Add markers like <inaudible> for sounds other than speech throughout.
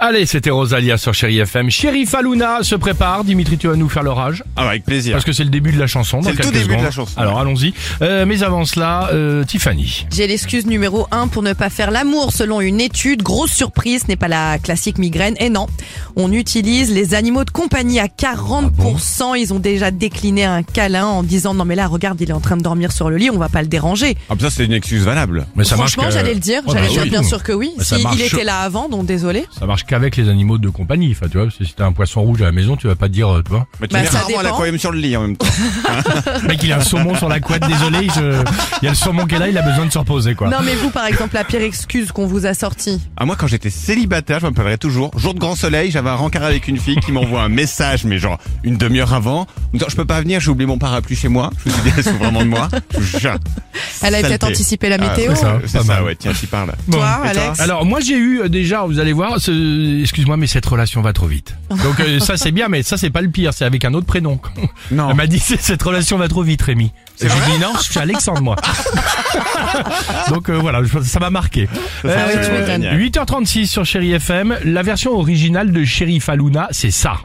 Allez, c'était Rosalia sur Chéri FM. Chéri Falouna se prépare. Dimitri, tu vas nous faire l'orage. Ah, avec plaisir. Parce que c'est le début de la chanson. dans C'est le tout quelques début de secondes. la chanson. Alors allons-y. Euh, mais avant cela, euh, Tiffany. J'ai l'excuse numéro 1 pour ne pas faire l'amour selon une étude. Grosse surprise, ce n'est pas la classique migraine. Et non, on utilise les animaux de compagnie à 40%. Ah Ils ont déjà décliné un câlin en disant non mais là regarde il est en train de dormir sur le lit, on va pas le déranger. Ah, ça, c'est une excuse valable. Mais ça marche Franchement que- j'allais le dire, Oh, j'allais bah dire oui. bien sûr que oui. Bah, ça Si, marche. il était là avant, donc désolé. Ça marche qu'avec les animaux de compagnie. Enfin, tu vois, si c'était un poisson rouge à la maison, tu vas pas te dire, euh, tu vois. Mais tu Bah, mets ça rarement dépend. l'aquarium sur le lit en même temps. Le mec, il a un saumon sur la couette. Désolé, je- il y a le saumon qu'elle a, il a besoin de se reposer, quoi. Non mais vous par exemple la pire excuse qu'on vous a sortie. Ah, moi, quand j'étais célibataire, je me rappellerai toujours, jour de grand soleil, j'avais un rencard avec une fille qui m'envoie un message, mais genre une demi-heure avant, en me disant, je peux pas venir, j'ai oublié mon parapluie chez moi. Je me suis dit, elle se fout vraiment de moi. Je vous jure. Elle a peut-être Saleté. anticipé la Ah, météo. c'est ça. C'est Pas ça, mal. ouais, tiens, j'y parle. Bon. Toi Et toi Alex Alors moi j'ai eu euh, déjà, vous allez voir, ce- excuse-moi mais cette relation va trop vite. Donc euh, ça c'est bien mais ça c'est pas le pire, c'est avec un autre prénom. Non. Elle m'a dit c'est- cette relation va trop vite Rémi. J'ai dit non, je suis Alexandre <laughs> moi. Donc euh, voilà, je- ça m'a marqué. Euh, ça, c'est tu m'étonnes. 8h36 sur Chéri FM, la version originale de Chéri Falouna, c'est ça.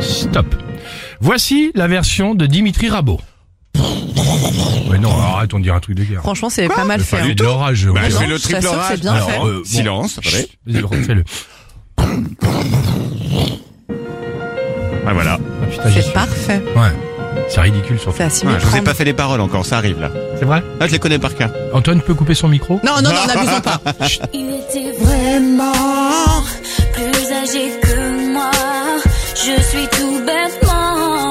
Stop. Voici la version de Dimitri Rabot. Mais non, arrête, on dirait un truc de guerre. Franchement c'est pas mal fait. Enfin, il y a hein. de l'orage. Bah, on je dirait. fais le je t'assure triple que c'est orage. bien Alors, fait. euh, bon, Silence, Chut, allez. Vas-y, refais-le. Ah, voilà. Ah, putain, j'y C'est suis. parfait. Ouais. C'est ridicule sur C'est à s'y Ouais, je vous ai méprendre. pas fait les paroles encore, ça arrive là. C'est vrai Là, je les connais par cœur. Antoine peut couper son micro Non non non n'abusons <laughs> pas. Il était vraiment plus âgé que moi. Je suis tout bêtement.